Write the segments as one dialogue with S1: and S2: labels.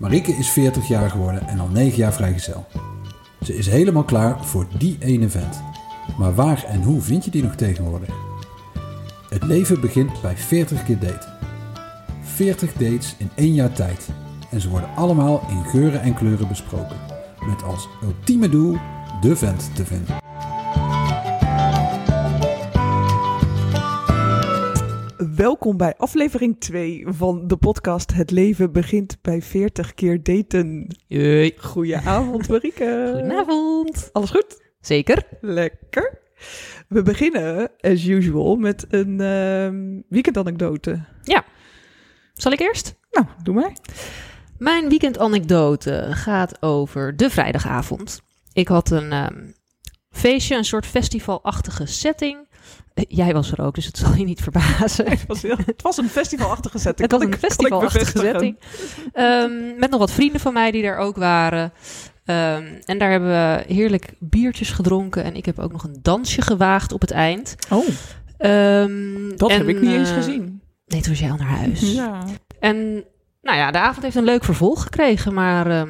S1: Marieke is 40 jaar geworden en al 9 jaar vrijgezel. Ze is helemaal klaar voor die ene vent. Maar waar en hoe vind je die nog tegenwoordig? Het leven begint bij 40 keer daten. 40 dates in één jaar tijd. En ze worden allemaal in geuren en kleuren besproken. Met als ultieme doel de vent te vinden.
S2: Welkom bij aflevering 2 van de podcast Het leven begint bij 40 keer daten.
S3: Jee.
S2: Goedenavond Marieke.
S3: Goedenavond.
S2: Alles goed?
S3: Zeker.
S2: Lekker. We beginnen, as usual, met een ehm weekendanekdote.
S3: Zal ik eerst?
S2: Nou, doe maar.
S3: Mijn weekendanekdote gaat over de vrijdagavond. Ik had een ehm, feestje, een soort festivalachtige setting. Eh, Jij was er ook, dus het zal je niet verbazen.
S2: Het was, heel- het was een festivalachtige setting. Kan
S3: Het was een
S2: ik- kan ik
S3: festivalachtige
S2: bevestigen.
S3: setting. Ehm, met nog wat vrienden van mij die daar ook waren. Ehm, en daar hebben we heerlijk biertjes gedronken. En ik heb ook nog een dansje gewaagd op het eind.
S2: Oh,
S3: Ehm,
S2: dat
S3: en,
S2: heb ik niet eens
S3: eh,
S2: gezien.
S3: Nee, toen was jij al naar huis.
S2: Ja.
S3: En nou ja, de avond heeft een leuk vervolg gekregen, maar ehm,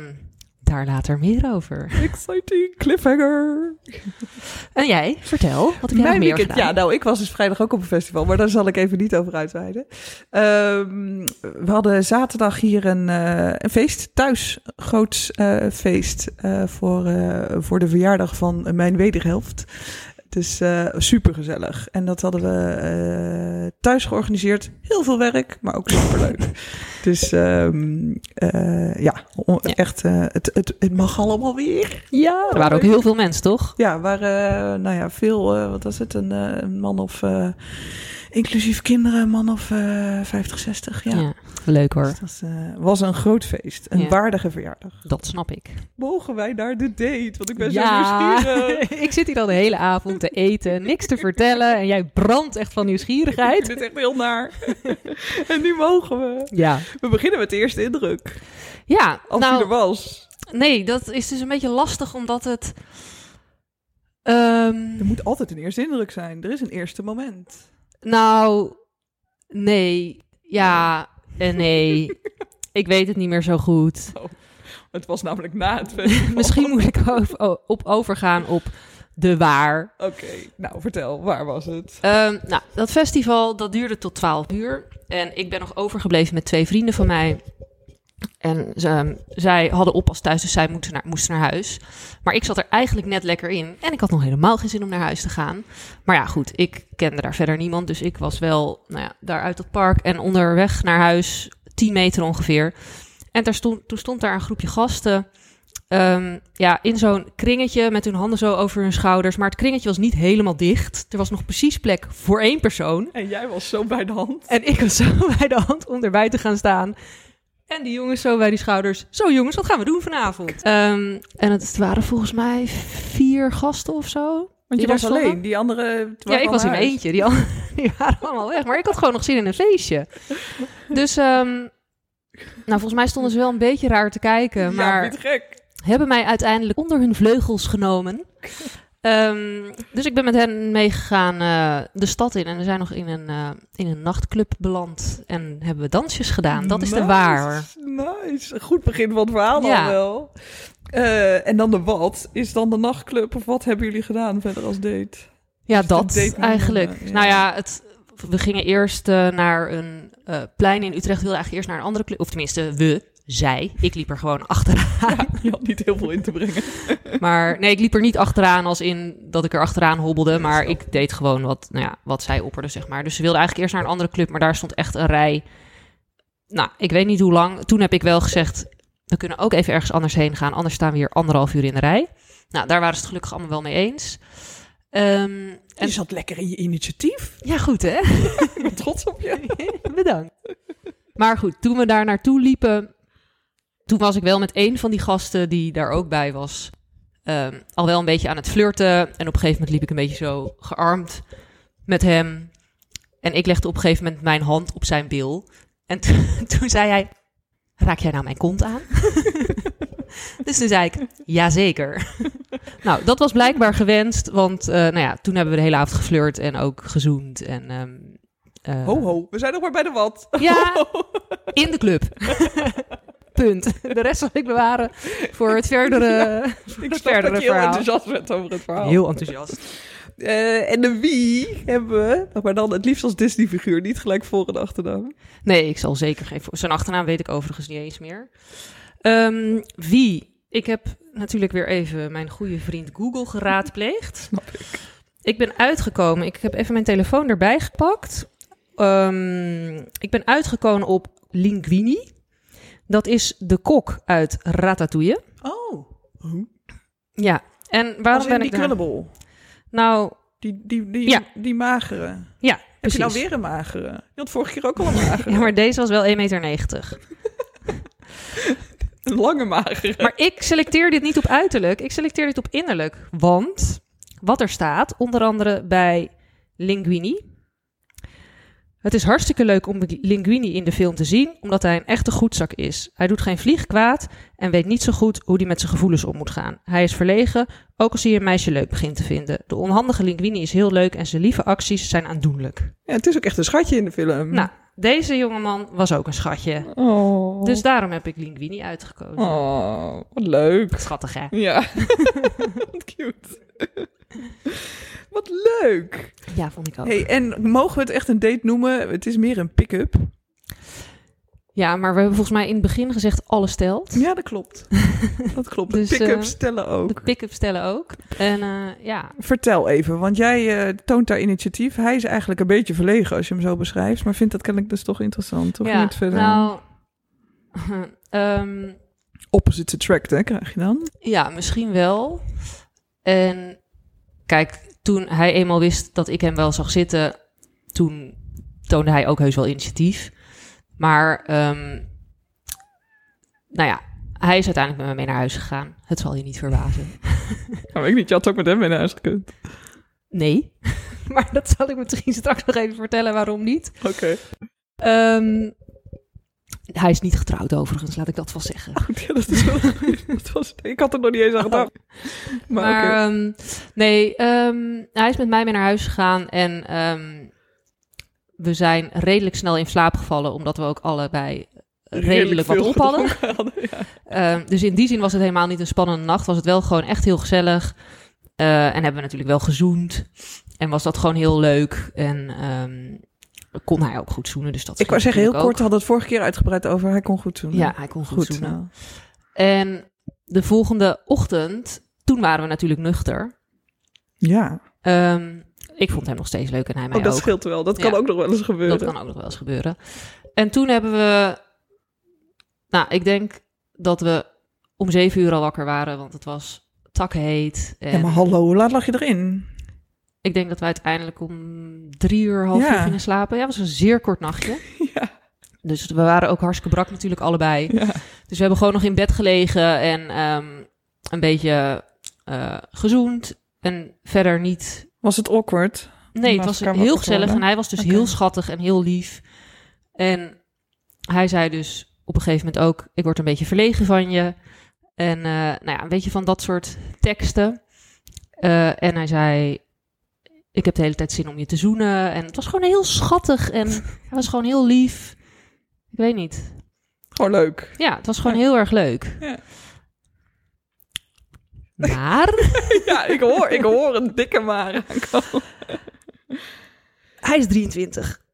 S3: daar later meer over.
S2: Exciting cliffhanger.
S3: En jij, vertel, wat heb jij nog
S2: Mijn
S3: meer
S2: weekend,
S3: gedaan?
S2: ja, nou, ik was dus vrijdag ook op een festival, maar daar zal ik even niet over uitweiden. Ehm, we hadden zaterdag hier een, eh, een feest thuis, groots eh, feest eh, voor, eh, voor de verjaardag van mijn wederhelft. Dus super supergezellig. En dat hadden we eh, thuis georganiseerd. Heel veel werk, maar ook superleuk. dus ehm, eh, ja, o-
S3: Ja.
S2: echt, eh, het, het, het mag allemaal weer. Ja,
S3: er waren ook heel veel mensen, toch?
S2: ja, waar, eh, nou ja, veel, eh, wat was het, een, eh, een man of, eh, inclusief kinderen, een man of eh 50, 60, ja.
S3: Leuk
S2: Dus
S3: hoor,
S2: het was, eh, was een groot feest, een
S3: Ja.
S2: waardige verjaardag.
S3: dat snap ik.
S2: Mogen wij naar de date? Want ik ben zo
S3: ja,
S2: nieuwsgierig.
S3: ik zit hier al de hele avond te eten, niks te vertellen en jij brandt echt van
S2: Ik vind
S3: nieuwsgierigheid.
S2: het echt heel naar. en nu mogen we.
S3: Ja,
S2: We beginnen met de eerste indruk.
S3: ja
S2: Als die er
S3: nou,
S2: was.
S3: nee, dat is dus een beetje lastig omdat het... ehm,
S2: Er moet altijd een eerste indruk zijn. Er is een eerste moment.
S3: Nou, nee, ja en nee, ik weet het niet meer zo goed.
S2: Het was namelijk na het festival.
S3: Misschien moet ik over- o- op overgaan op de waar.
S2: Oké, nou vertel, waar was het?
S3: Ehm, nou, dat festival dat duurde tot 12 uur. En ik ben nog overgebleven met twee vrienden van mij. En ze, ehm, zij hadden oppas thuis, dus zij moesten naar, moesten naar huis. Maar ik zat er eigenlijk net lekker in. En ik had nog helemaal geen zin om naar huis te gaan. Maar ja, goed, ik kende daar verder niemand. Dus ik was wel nou ja, daar uit dat park en onderweg naar huis, 10 meter ongeveer. En daar stond, toen stond daar een groepje gasten. ehm, ja, in zo'n kringetje met hun handen zo over hun schouders. Maar het kringetje was niet helemaal dicht. Er was nog precies plek voor één persoon.
S2: En jij was zo bij de hand.
S3: En ik was zo bij de hand om erbij te gaan staan. En die jongens zo bij die schouders. Zo jongens, wat gaan we doen vanavond? Ehm, en het waren volgens mij vier gasten of zo.
S2: Want je
S3: Die daar
S2: was alleen,
S3: stonden?
S2: die andere...
S3: Ja, ik was in mijn eentje. Die, al- die waren allemaal weg. Maar ik had gewoon nog zin in een feestje. Dus, ehm, nou volgens mij stonden ze wel een beetje raar te kijken. Maar
S2: gek.
S3: hebben mij uiteindelijk onder hun vleugels genomen. Ehm, dus ik ben met hen meegegaan eh, de stad in. En we zijn nog in een, eh, in een nachtclub beland. En hebben we dansjes gedaan. Dat is de waar.
S2: Nice. Goed begin van het verhaal
S3: Ja.
S2: al wel. Eh, en dan de wat. Is dan de nachtclub of wat hebben jullie gedaan verder als date?
S3: Ja,
S2: Dus dat
S3: dat
S2: deed me,
S3: eigenlijk.
S2: eh, ja.
S3: Nou ja, het, we gingen eerst eh, naar een eh, plein in Utrecht. We wilden eigenlijk eerst naar een andere club. Of tenminste, we, zij. Ik liep er gewoon achteraan.
S2: Je had niet heel veel in te brengen.
S3: Maar nee, ik liep er niet achteraan als in dat ik er achteraan hobbelde. Maar ik deed gewoon wat, nou ja, wat zij opperde, zeg maar. Dus ze wilde eigenlijk eerst naar een andere club, maar daar stond echt een rij. Nou, ik weet niet hoe lang. Toen heb ik wel gezegd, we kunnen ook even ergens anders heen gaan. Anders staan we hier anderhalf uur in de rij. Nou, daar waren ze het gelukkig allemaal wel mee eens. Ehm, en,
S2: zat lekker in je initiatief.
S3: ja, goed hè?
S2: Ik ben trots op je.
S3: Bedankt. Maar goed, toen we daar naartoe liepen, toen was ik wel met een van die gasten die daar ook bij was, ehm, al wel een beetje aan het flirten. En op een gegeven moment liep ik een beetje zo gearmd met hem. En ik legde op een gegeven moment mijn hand op zijn bil. En toen- toen zei hij, raak jij nou mijn kont aan? dus toen zei ik, jazeker. nou, dat was blijkbaar gewenst, want eh, nou ja, toen hebben we de hele avond geflirt en ook gezoend. En, ehm, eh,
S2: Ho ho, we zijn nog maar bij de wat.
S3: ja, in de club. punt. De rest zal ik bewaren voor het verdere, voor
S2: Ik
S3: het
S2: snap dat
S3: verdere
S2: je heel
S3: verhaal.
S2: enthousiast bent over het verhaal.
S3: Heel enthousiast.
S2: Eh, en de wie hebben we, Nou, maar dan het liefst als Disney-figuur, niet gelijk voor en achternaam.
S3: Nee, ik zal zeker geen... Zijn achternaam weet ik overigens niet eens meer. Ehm, wie? Ik heb natuurlijk weer even mijn goede vriend Google geraadpleegd. Snap ik. Ik ben uitgekomen. Ik heb even mijn telefoon erbij gepakt. Ehm, ik ben uitgekomen op Linguini. Dat is de kok uit Ratatouille.
S2: Oh,
S3: Ja. En
S2: waarom
S3: waarom ben
S2: die
S3: ik daar-
S2: Crunnable?
S3: Nou,
S2: Die, die, die,
S3: Ja.
S2: die magere. Heb
S3: ja,
S2: je
S3: precies.
S2: nou weer een magere? Je had vorige keer ook al een magere.
S3: Ja, maar deze was wel 1,90 meter.
S2: Een lange magere.
S3: Maar ik selecteer dit niet op uiterlijk, ik selecteer dit op innerlijk. Want wat er staat, onder andere bij Linguini. Het is hartstikke leuk om Linguini in de film te zien, omdat hij een echte goedzak is. Hij doet geen vlieg kwaad en weet niet zo goed hoe hij met zijn gevoelens om moet gaan. Hij is verlegen, ook als hij een meisje leuk begint te vinden. De onhandige Linguini is heel leuk en zijn lieve acties zijn aandoenlijk.
S2: Ja, het is ook echt een schatje in de film.
S3: Nou, deze jongeman was ook een schatje.
S2: Oh.
S3: Dus daarom heb ik Linguini uitgekozen.
S2: Oh, wat leuk.
S3: Schattig hè?
S2: Ja, wat cute. wat leuk.
S3: Ja, vond ik ook.
S2: Hey, en mogen we het echt een date noemen? Het is meer een pick-up.
S3: Ja, maar we hebben volgens mij in het begin gezegd alles telt.
S2: Ja, dat klopt. dat klopt. De
S3: Dus,
S2: pick-ups
S3: eh,
S2: tellen ook.
S3: De pick-up stellen ook. En eh, ja,
S2: Vertel even, want jij eh, toont daar initiatief. Hij is eigenlijk een beetje verlegen als je hem zo beschrijft, maar vindt dat kennelijk dus toch interessant. Toch
S3: ja
S2: niet verder?
S3: nou, ehm,
S2: Opposite track, hè, krijg je dan?
S3: ja, misschien wel. En kijk, toen hij eenmaal wist dat ik hem wel zag zitten, toen toonde hij ook heus wel initiatief. Maar, ehm, nou ja, hij is uiteindelijk met me mee naar huis gegaan. Het zal je niet verbazen.
S2: Ja, weet ik niet. Je had ook met hem mee naar huis gekund.
S3: Nee, maar dat zal ik misschien straks nog even vertellen waarom niet.
S2: Oké.
S3: Ehm, hij is niet getrouwd overigens, laat ik dat wel zeggen.
S2: Goed, ja, dat is wel goed. dat was, Ik had er nog niet eens aan gedacht. Maar,
S3: Maar
S2: oké.
S3: ehm, nee, ehm, hij is met mij mee naar huis gegaan en ehm, we zijn redelijk snel in slaap gevallen, omdat we ook allebei eh, redelijk, wat
S2: veel
S3: op hadden.
S2: gedronken hadden, ja.
S3: Ehm, dus in die zin was het helemaal niet een spannende nacht, was het wel gewoon echt heel gezellig. Eh, en hebben we natuurlijk wel gezoend en was dat gewoon heel leuk en ehm, kon hij ook goed zoenen. Dus dat
S2: Ik wou
S3: scheelt
S2: zeggen, heel kort
S3: natuurlijk
S2: hadden we het vorige keer uitgebreid over. Hij kon goed doen.
S3: ook. Ja, hij kon goed,
S2: goed.
S3: zoenen.
S2: nou.
S3: En de volgende ochtend, toen waren we natuurlijk nuchter.
S2: Ja,
S3: Ehm, ik vond hem nog steeds leuk en hij mij
S2: oh, dat
S3: ook.
S2: scheelt wel. Dat kan
S3: Ja.
S2: ook nog wel eens gebeuren.
S3: Dat kan ook nog wel eens gebeuren. En toen hebben we... Nou, ik denk dat we om zeven uur al wakker waren, want het was takheet. En
S2: Ja, maar hallo, hoe laat lag je erin?
S3: ik denk dat we uiteindelijk om drie uur, half
S2: Ja.
S3: uur gingen slapen. Ja, het was een zeer kort nachtje.
S2: Ja,
S3: Dus we waren ook hartstikke brak natuurlijk allebei.
S2: ja.
S3: Dus we hebben gewoon nog in bed gelegen en ehm, een beetje eh, gezoend. En verder niet.
S2: Was het awkward?
S3: Nee, het
S2: Was
S3: was
S2: elkaar wakker
S3: heel gezellig.
S2: geworden?
S3: En hij was dus
S2: Oké.
S3: heel schattig en heel lief. En hij zei dus op een gegeven moment ook: Ik word een beetje verlegen van je. En eh, nou ja, een beetje van dat soort teksten. Eh, en hij zei: Ik heb de hele tijd zin om je te zoenen. En het was gewoon heel schattig. En hij was gewoon heel lief. Ik weet niet.
S2: Gewoon leuk.
S3: Ja, het was gewoon heel erg leuk.
S2: Ja.
S3: Maar
S2: Ja, ik hoor, ik hoor een dikke maar.
S3: hij is 23.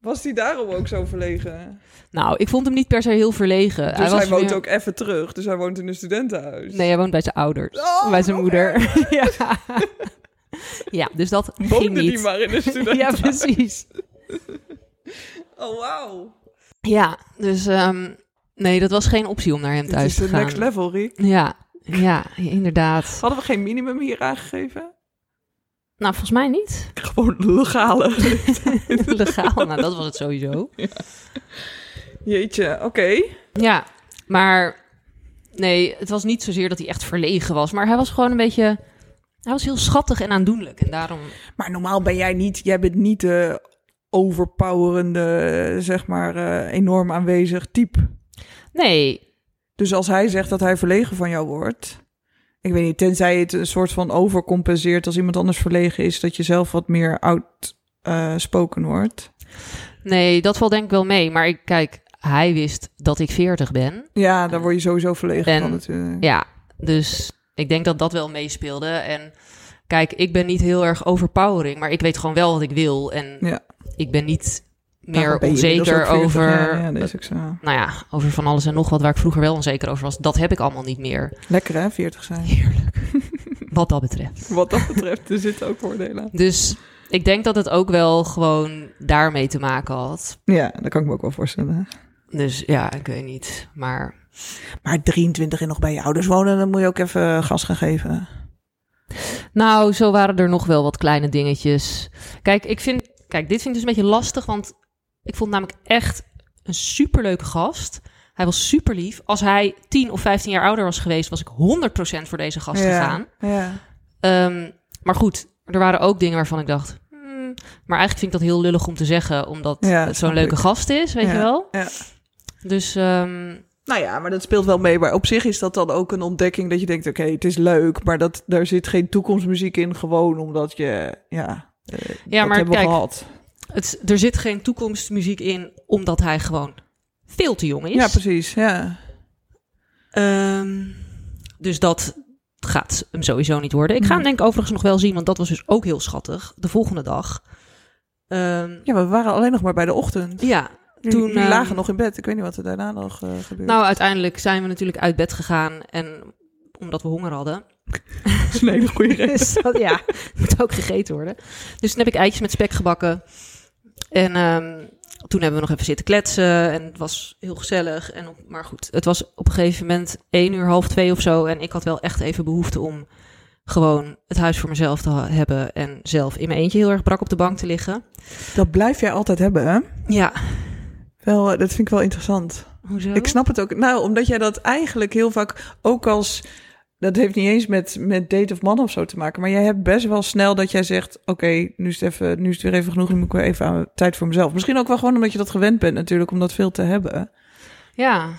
S2: Was hij daarom ook zo verlegen?
S3: Nou, ik vond hem niet per se heel verlegen.
S2: Dus Eh, hij,
S3: was
S2: woont
S3: meer-
S2: ook even terug. Dus hij woont in een studentenhuis.
S3: Nee, hij woont bij zijn ouders.
S2: Oh,
S3: bij zijn
S2: nog
S3: moeder. ja. ja, dus dat ging
S2: Woonde die
S3: niet.
S2: maar in een
S3: ja,
S2: studentenhuis?
S3: precies.
S2: Oh, wauw.
S3: Ja, dus ehm, nee, dat was geen optie om naar hem
S2: Dit
S3: thuis
S2: is
S3: te
S2: de
S3: gaan.
S2: next level, Riek.
S3: Ja, ja, inderdaad.
S2: Hadden we geen minimum hier aangegeven?
S3: Nou, volgens mij niet.
S2: Gewoon legale.
S3: Legaal, nou dat was het sowieso.
S2: Jeetje, oké.
S3: Ja, maar nee, het was niet zozeer dat hij echt verlegen was, maar hij was gewoon een beetje. Hij was heel schattig en aandoenlijk en daarom.
S2: Maar normaal ben jij niet, jij bent niet de overpowerende, zeg maar, eh, enorm aanwezig type.
S3: Nee,
S2: Dus als hij zegt dat hij verlegen van jou wordt, ik weet niet, tenzij het een soort van overcompenseert als iemand anders verlegen is, dat je zelf wat meer out, eh, spoken word.
S3: Nee, dat valt denk ik wel mee. Maar ik, kijk, hij wist dat ik 40 ben.
S2: Ja, daar word je sowieso verlegen
S3: En-
S2: van natuurlijk.
S3: Ja, dus ik denk dat dat wel meespeelde. En kijk, ik ben niet heel erg overpowering, maar ik weet gewoon wel wat ik wil. En
S2: Ja.
S3: ik ben niet meer
S2: Daarom Nou, ben je
S3: onzeker
S2: inmiddels ook 40
S3: over,
S2: jaar. Ja, dus dat is ook zo.
S3: nou ja, over van alles en nog wat waar ik vroeger wel onzeker over was. Dat heb ik allemaal niet meer,
S2: Lekker hè, 40 zijn.
S3: wat dat betreft.
S2: Wat dat betreft, er zitten ook voordelen aan.
S3: Dus ik denk dat het ook wel gewoon daarmee te maken had.
S2: Ja, dat kan ik me ook wel voorstellen.
S3: Dus ja, ik weet niet. Maar
S2: Maar 23 en nog bij je ouders wonen, dan moet je ook even gas gaan geven.
S3: nou, zo waren er nog wel wat kleine dingetjes. Kijk, ik vind, kijk, dit vind ik dus een beetje lastig, want ik vond namelijk echt een superleuke gast. Hij was super lief. Als hij 10 of 15 jaar ouder was geweest, was ik 100% voor deze gast
S2: ja.
S3: gegaan.
S2: Ja.
S3: Ehm, maar goed, er waren ook dingen waarvan ik dacht. hmm, maar eigenlijk vind ik dat heel lullig om te zeggen, omdat
S2: Ja,
S3: het
S2: snap
S3: zo'n leuke
S2: ik.
S3: gast is, weet
S2: Ja,
S3: je wel?
S2: ja.
S3: Dus ehm,
S2: Nou ja, maar dat speelt wel mee. Maar op zich is dat dan ook een ontdekking dat je denkt, oké, het is leuk, maar dat, daar zit geen toekomstmuziek in, gewoon omdat je, ja, eh, dat
S3: maar
S2: hebben
S3: kijk,
S2: we gehad.
S3: het, is- er zit geen toekomstmuziek in, omdat hij gewoon veel te jong is.
S2: Ja, precies, ja.
S3: Ehm, dus dat gaat hem sowieso niet worden. Ik ga hem denk ik overigens nog wel zien, want dat was dus ook heel schattig. De volgende dag. Ehm,
S2: Ja, maar we waren alleen nog maar bij de ochtend.
S3: ja, Toen,
S2: Toen eh,
S3: ehm,
S2: lagen nog in bed. Ik weet niet wat er daarna nog eh gebeurde.
S3: nou uiteindelijk zijn we natuurlijk uit bed gegaan en omdat we honger hadden.
S2: dat is een hele goede
S3: Dus dat, ja, moet ook gegeten worden. Dus toen heb ik eitjes met spek gebakken. En ehm, toen hebben we nog even zitten kletsen. En het was heel gezellig. En op- maar goed, het was op een gegeven moment één uur, half twee of zo. En ik had wel echt even behoefte om gewoon het huis voor mezelf te ha- hebben. En zelf in mijn eentje heel erg brak op de bank te liggen.
S2: Dat blijf jij altijd hebben, hè?
S3: Ja,
S2: Wel, eh, dat vind ik wel interessant.
S3: hoezo?
S2: Ik snap het ook. Nou, omdat jij dat eigenlijk heel vaak ook als. Dat heeft niet eens met, met date of man of zo te maken. Maar jij hebt best wel snel dat jij zegt: Oké, nu, is het even- nu is het weer even genoeg. Nu moet ik weer even aan, tijd voor mezelf. Misschien ook wel gewoon omdat je dat gewend bent, natuurlijk, om dat veel te hebben.
S3: Ja.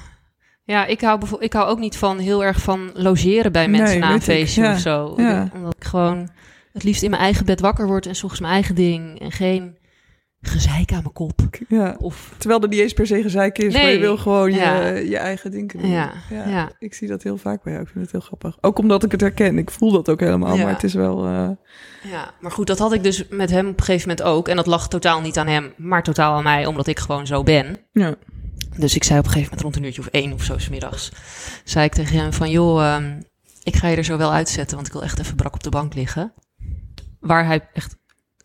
S3: Ja, ik hou, bijvo- ik hou ook niet van heel erg van logeren bij mensen
S2: Nee,
S3: na een
S2: weet ik,
S3: feestje
S2: ja,
S3: of zo.
S2: ja.
S3: Omdat ik gewoon het liefst in mijn eigen bed wakker word en soms mijn eigen ding. En geen gezeik aan mijn kop.
S2: Ja.
S3: Of,
S2: Terwijl er niet eens per se gezeik is. Maar
S3: Nee.
S2: je wil gewoon
S3: Ja.
S2: je, je eigen ding kunnen doen.
S3: ja, ja. ja.
S2: Ik zie dat heel vaak bij jou. Ik vind het heel grappig. Ook omdat ik het herken. Ik voel dat ook helemaal.
S3: Ja.
S2: Maar het is wel. eh,
S3: maar goed, dat had ik dus met hem op een gegeven moment ook. En dat lag totaal niet aan hem, maar totaal aan mij, omdat ik gewoon zo ben.
S2: ja.
S3: Dus ik zei op een gegeven moment rond een uurtje of één of zo 's middags zei ik tegen hem van, joh, ehm, ik ga je er zo wel uitzetten, want ik wil echt even brak op de bank liggen. Waar hij echt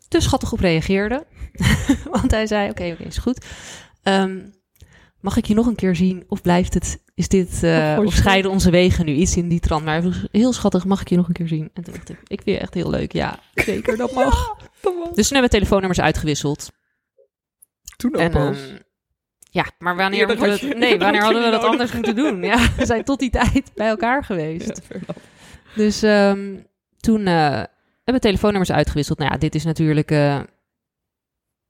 S3: te schattig op reageerde. want hij zei, oké, oké, is goed. Ehm, mag ik je nog een keer zien of blijft het, is dit, eh,
S2: Oh,
S3: of scheiden onze wegen nu iets in die trant? Maar hij was heel schattig, mag ik je nog een keer zien? En toen dacht ik, ik vind je echt heel leuk, ja, zeker, dat mag. Dus toen hebben we telefoonnummers uitgewisseld.
S2: Toen ook
S3: En,
S2: pas.
S3: ehm, ja, maar wanneer,
S2: Eerder
S3: moeten
S2: had
S3: we
S2: je-
S3: dat- nee,
S2: eerder
S3: wanneer
S2: had je
S3: hadden we
S2: die
S3: dat anders moeten doen? Ja, we zijn tot die tijd bij elkaar geweest.
S2: Ja, fair enough.
S3: Dus ehm, toen eh, hebben we telefoonnummers uitgewisseld. Nou ja, dit is natuurlijk... eh,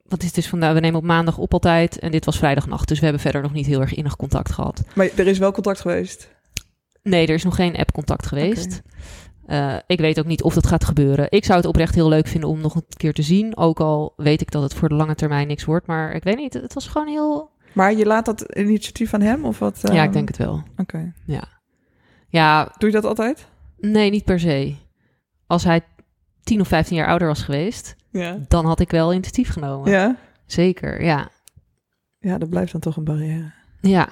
S3: wat is het dus vandaag? We nemen op maandag op altijd. En dit was vrijdagnacht. Dus we hebben verder nog niet heel erg innig contact gehad.
S2: Maar er is wel contact geweest.
S3: Nee, er is nog geen app-contact geweest. Eh, ik weet ook niet of dat gaat gebeuren. Ik zou het oprecht heel leuk vinden om nog een keer te zien. Ook al weet ik dat het voor de lange termijn niks wordt. Maar ik weet niet, het was gewoon heel...
S2: Maar je laat dat initiatief aan hem of wat? eh,
S3: ja, ik denk het wel.
S2: Oké.
S3: Ja,
S2: Doe je dat altijd?
S3: Nee, niet per se. Als hij 10 of 15 jaar ouder was geweest,
S2: Ja.
S3: dan had ik wel initiatief genomen.
S2: Ja.
S3: Zeker, ja.
S2: Ja, dat blijft dan toch een barrière.
S3: Ja,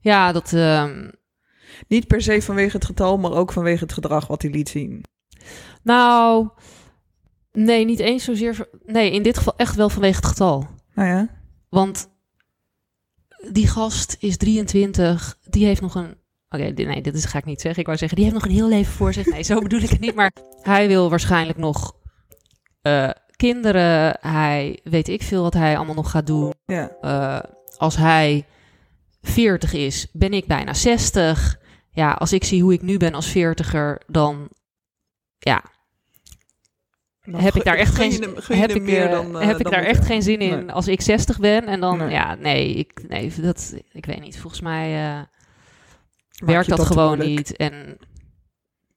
S3: ja dat. ehm,
S2: Niet per se vanwege het getal, maar ook vanwege het gedrag wat hij liet zien.
S3: nou, nee, niet eens zozeer. van- Nee, in dit geval echt wel vanwege het getal.
S2: Nou ja.
S3: Want die gast is 23, die heeft nog een. Oké, dit- nee, dit is, ga ik niet zeggen. Ik wou zeggen, die heeft nog een heel leven voor zich. Nee, zo bedoel ik het niet. Maar hij wil waarschijnlijk nog eh, kinderen. Hij weet ik veel wat hij allemaal nog gaat doen.
S2: Ja.
S3: Eh, als hij 40 is, ben ik bijna 60. Ja, als ik zie hoe ik nu ben als 40er, dan
S2: Dan
S3: heb ik daar
S2: gun-
S3: echt
S2: gun
S3: geen
S2: je hem- gun je
S3: heb
S2: hem
S3: ik,
S2: meer
S3: eh,
S2: dan, eh,
S3: heb ik
S2: dan
S3: daar
S2: moet-
S3: echt geen zin in
S2: Nee.
S3: als ik 60 ben en dan
S2: Nee.
S3: ja nee ik nee dat ik weet niet volgens mij eh,
S2: Maak
S3: werkt
S2: je
S3: dat
S2: te
S3: gewoon
S2: moeilijk.
S3: niet en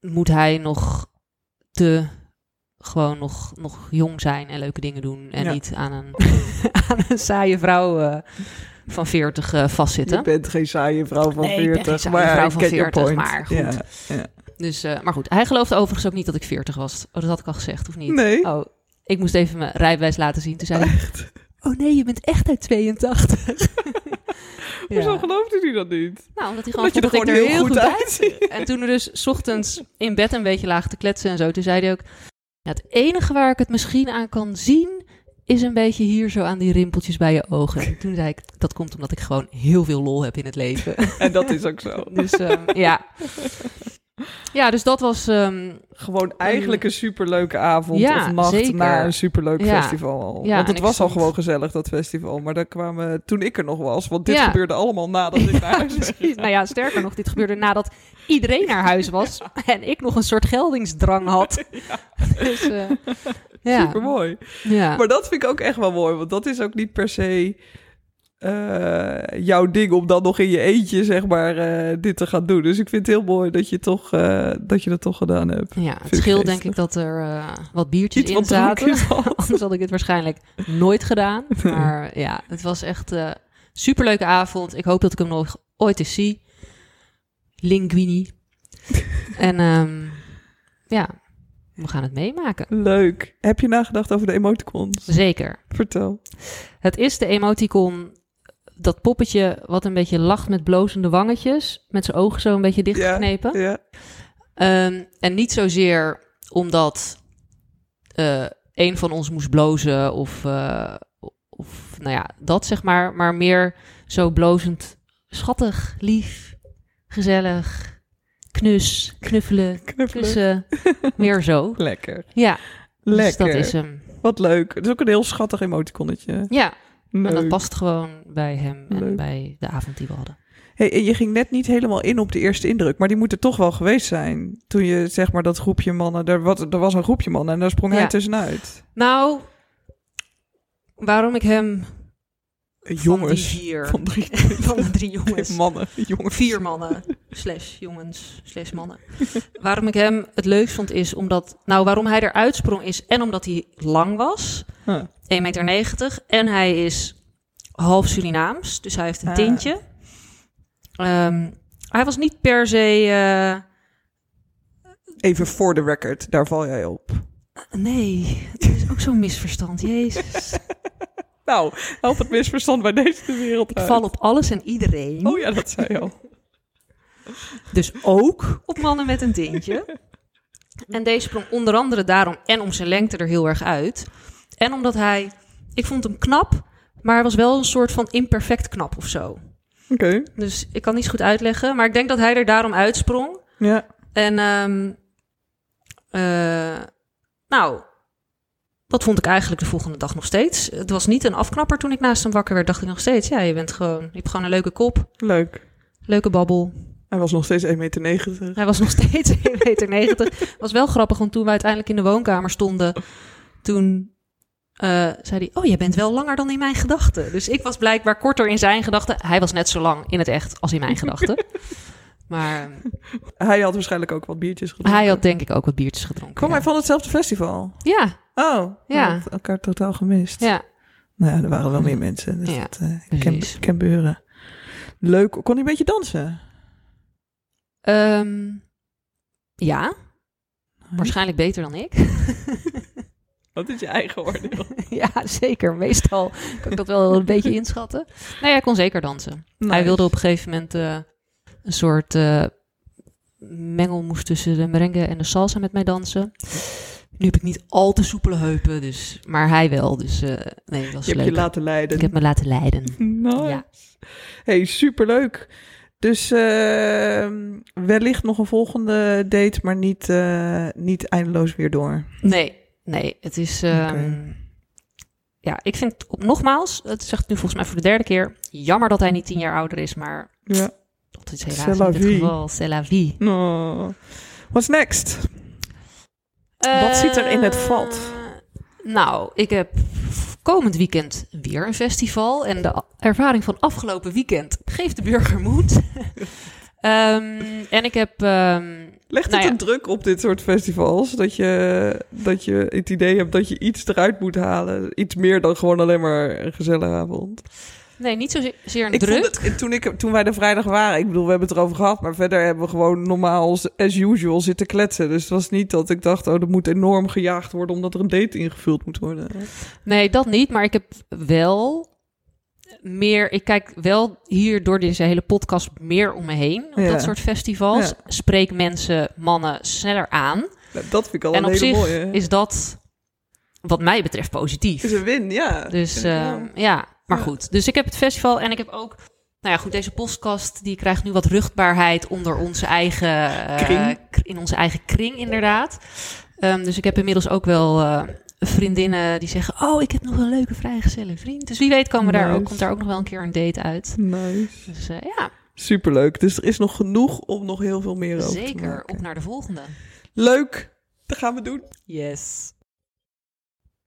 S3: moet hij nog te gewoon nog, nog jong zijn en leuke dingen doen. En
S2: Ja.
S3: niet aan een, aan een saaie vrouw eh, van 40 eh, vastzitten.
S2: Je bent geen saaie vrouw van
S3: Nee, ik ben
S2: 40.
S3: geen saaie
S2: maar
S3: vrouw
S2: ik
S3: van
S2: get your
S3: 40,
S2: point.
S3: maar goed.
S2: Ja, ja.
S3: Dus, eh, maar goed, hij geloofde overigens ook niet dat ik 40 was. Oh, dat had ik al gezegd, of niet?
S2: Nee.
S3: Oh, ik moest even mijn rijbewijs laten zien. Toen zei hij,
S2: Echt?
S3: oh nee, je bent echt uit 82.
S2: Hoezo
S3: Ja.
S2: geloofde hij dat niet?
S3: Nou, omdat hij gewoon
S2: Omdat je er
S3: vond dat
S2: gewoon
S3: ik er heel goed bij
S2: uitziet.
S3: En toen we dus 's ochtends in bed een beetje lagen te kletsen en zo, toen zei hij ook: "Ja, Het enige waar ik het misschien aan kan zien, is een beetje hier zo aan die rimpeltjes bij je ogen. En toen zei ik: Dat komt omdat ik gewoon heel veel lol heb in het leven.
S2: En dat is ook zo.
S3: Dus ehm, ja. Ja, dus dat was. ehm,
S2: Gewoon eigenlijk een superleuke avond
S3: Ja,
S2: of nacht
S3: zeker.
S2: na een superleuk
S3: Ja.
S2: festival al.
S3: Ja,
S2: Want
S3: en
S2: het
S3: ik
S2: was al
S3: stond-
S2: gewoon gezellig, dat festival. Maar daar kwamen, toen ik er nog was, want dit
S3: Ja.
S2: gebeurde allemaal nadat ik naar
S3: ja,
S2: huis was.
S3: precies. Nou ja, sterker nog, dit gebeurde nadat iedereen naar huis was en ik nog een soort geldingsdrang had. Dus, eh, ja.
S2: Supermooi.
S3: ja.
S2: Maar dat vind ik ook echt wel mooi, want dat is ook niet per se eh, jouw ding om dan nog in je eentje, zeg maar, eh, dit te gaan doen. Dus ik vind het heel mooi dat je, toch, eh, dat, je dat toch gedaan hebt.
S3: Ja, het
S2: ik
S3: scheelt denk
S2: geestig.
S3: ik dat er eh, wat biertjes
S2: Iets
S3: in
S2: wat
S3: zaten.
S2: dronken was.
S3: Anders had ik het waarschijnlijk nooit gedaan. Maar ja, het was echt een superleuke avond. Ik hoop dat ik hem nog ooit eens zie. Linguini. en ehm, ja, we gaan het meemaken.
S2: Leuk. Heb je nagedacht over de emoticons?
S3: Zeker.
S2: Vertel.
S3: Het is de emoticon, dat poppetje wat een beetje lacht met blozende wangetjes. Met zijn ogen zo een beetje dichtgeknepen.
S2: Ja.
S3: Ehm, en niet zozeer omdat eh een van ons moest blozen of, eh, of nou ja, dat zeg maar. Maar meer zo blozend schattig, lief, gezellig, knus, knuffelen,
S2: Knuffelen.
S3: kussen. meer zo.
S2: Lekker.
S3: Ja, dus
S2: Lekker.
S3: eh, dat is hem.
S2: Wat leuk. Het is ook een heel schattig emoticonnetje.
S3: Ja,
S2: Leuk.
S3: en dat past gewoon bij hem en
S2: Leuk.
S3: bij de avond die we hadden.
S2: Hey, en je ging net niet helemaal in op de eerste indruk, maar die moet er toch wel geweest zijn. Toen je zeg maar dat groepje mannen, er, wat, er was een groepje mannen en daar sprong
S3: Ja.
S2: hij tussenuit.
S3: Nou, waarom ik hem
S2: Jongens.
S3: van die vier,
S2: Van drie
S3: van de drie jongens,
S2: mannen. Jongens.
S3: vier mannen, slash jongens, slash mannen. waarom ik hem het leukst vond is omdat... Nou, waarom hij eruit sprong is en omdat hij lang was.
S2: Huh.
S3: 1,90 meter. En hij is half Surinaams, dus hij heeft een
S2: Ah.
S3: tintje. Ehm, hij was niet per se... eh,
S2: Even voor de record, daar val jij op.
S3: nee, het is ook zo'n misverstand. Jezus.
S2: Nou, help het misverstand bij deze de wereld
S3: Ik
S2: uit.
S3: val op alles en iedereen.
S2: Oh ja, dat zei je al.
S3: Dus ook op mannen met een tintje. En deze sprong onder andere daarom en om zijn lengte er heel erg uit. En omdat hij, ik vond hem knap, maar hij was wel een soort van imperfect knap of zo.
S2: Oké.
S3: Dus ik kan niet zo goed uitleggen, maar ik denk dat hij er daarom uitsprong.
S2: Ja.
S3: En ehm, eh, nou, dat vond ik eigenlijk de volgende dag nog steeds. Het was niet een afknapper toen ik naast hem wakker werd, dacht ik nog steeds. Ja, je bent gewoon, je hebt gewoon een leuke kop,
S2: Leuk.
S3: leuke babbel.
S2: Hij was nog steeds 1,90 meter.
S3: Hij was nog steeds 1,90 meter. was wel grappig, want toen we uiteindelijk in de woonkamer stonden, toen eh, zei hij, oh, jij bent wel langer dan in mijn gedachten. Dus ik was blijkbaar korter in zijn gedachten. Hij was net zo lang in het echt als in mijn gedachten. Maar eh,
S2: Hij had waarschijnlijk ook wat biertjes gedronken.
S3: hij had denk ik ook wat biertjes gedronken.
S2: Kwam
S3: ja.
S2: hij van hetzelfde festival?
S3: Ja,
S2: Oh,
S3: Ja.
S2: we hadden elkaar totaal gemist.
S3: ja.
S2: Nou ja, er waren wel meer mensen. Dus
S3: Ja,
S2: dat, eh,
S3: precies.
S2: ken, ken buren. Leuk. Kon hij een beetje dansen?
S3: Ehm, ja, waarschijnlijk beter dan ik.
S2: Dat is je eigen oordeel.
S3: ja, zeker. Meestal kan ik dat wel een beetje inschatten. Nee, Nou hij kon zeker dansen. Hij wilde op een gegeven moment eh, een soort eh, mengelmoes tussen de merengue en de salsa met mij dansen. Nu heb ik niet al te soepele heupen, dus, maar hij wel. Dus eh, nee, dat was
S2: Je hebt
S3: leuk.
S2: je laten leiden.
S3: Ik heb me laten leiden.
S2: Nice.
S3: Ja.
S2: Hey, superleuk. Dus ehm, wellicht nog een volgende date, maar niet, eh, niet eindeloos weer door.
S3: Nee, nee, het is... ehm,
S2: Oké.
S3: Ja, ik vind op, nogmaals, het zegt nu volgens mij voor de derde keer, jammer dat hij niet tien jaar ouder is, maar
S2: Ja.
S3: dat is
S2: C'est
S3: helaas
S2: la
S3: niet het
S2: vie.
S3: geval. C'est la vie.
S2: Oh. What's next? Wat zit er in het vat?
S3: Eh, Nou, ik heb komend weekend weer een festival. En de a- ervaring van afgelopen weekend geeft de burger moed. Ehm, en ik heb ehm,
S2: Legt het
S3: Nou ja.
S2: een druk op dit soort festivals? Dat je, dat je het idee hebt dat je iets eruit moet halen. Iets meer dan gewoon alleen maar een gezellige avond.
S3: Nee, niet zozeer een
S2: Ik
S3: druk.
S2: vond het, toen, ik, toen wij de vrijdag waren, ik bedoel, we hebben het erover gehad, maar verder hebben we gewoon normaal als- as usual zitten kletsen. Dus het was niet dat ik dacht, oh, dat moet enorm gejaagd worden omdat er een date ingevuld moet worden.
S3: Nee, dat niet. Maar ik heb wel meer. Ik kijk wel hier door deze hele podcast meer om me heen. Op
S2: Ja.
S3: dat soort festivals.
S2: Ja.
S3: Spreek mensen, mannen sneller aan.
S2: Nou, dat vind ik al
S3: en
S2: een
S3: op
S2: hele
S3: zich
S2: mooie.
S3: is dat, wat mij betreft, positief.
S2: Is een win, ja.
S3: Dus
S2: Vind ik
S3: eh,
S2: wel.
S3: ja, maar
S2: Ja.
S3: goed. Dus ik heb het festival en ik heb ook. Nou ja, goed, deze podcast die krijgt nu wat ruchtbaarheid onder onze eigen eh,
S2: Kring.
S3: k- In onze eigen kring, inderdaad. Ehm, dus ik heb inmiddels ook wel eh, vriendinnen die zeggen: Oh, ik heb nog een leuke vrijgezelle vriend. Dus wie weet komen we daar
S2: Nice.
S3: ook, komt daar ook nog wel een keer een date uit.
S2: Nice.
S3: Dus eh, ja,
S2: Superleuk. Dus er is nog genoeg om nog heel veel meer over te
S3: zeker.
S2: maken.
S3: Op naar de volgende.
S2: Leuk. Dat gaan we doen.
S3: Yes.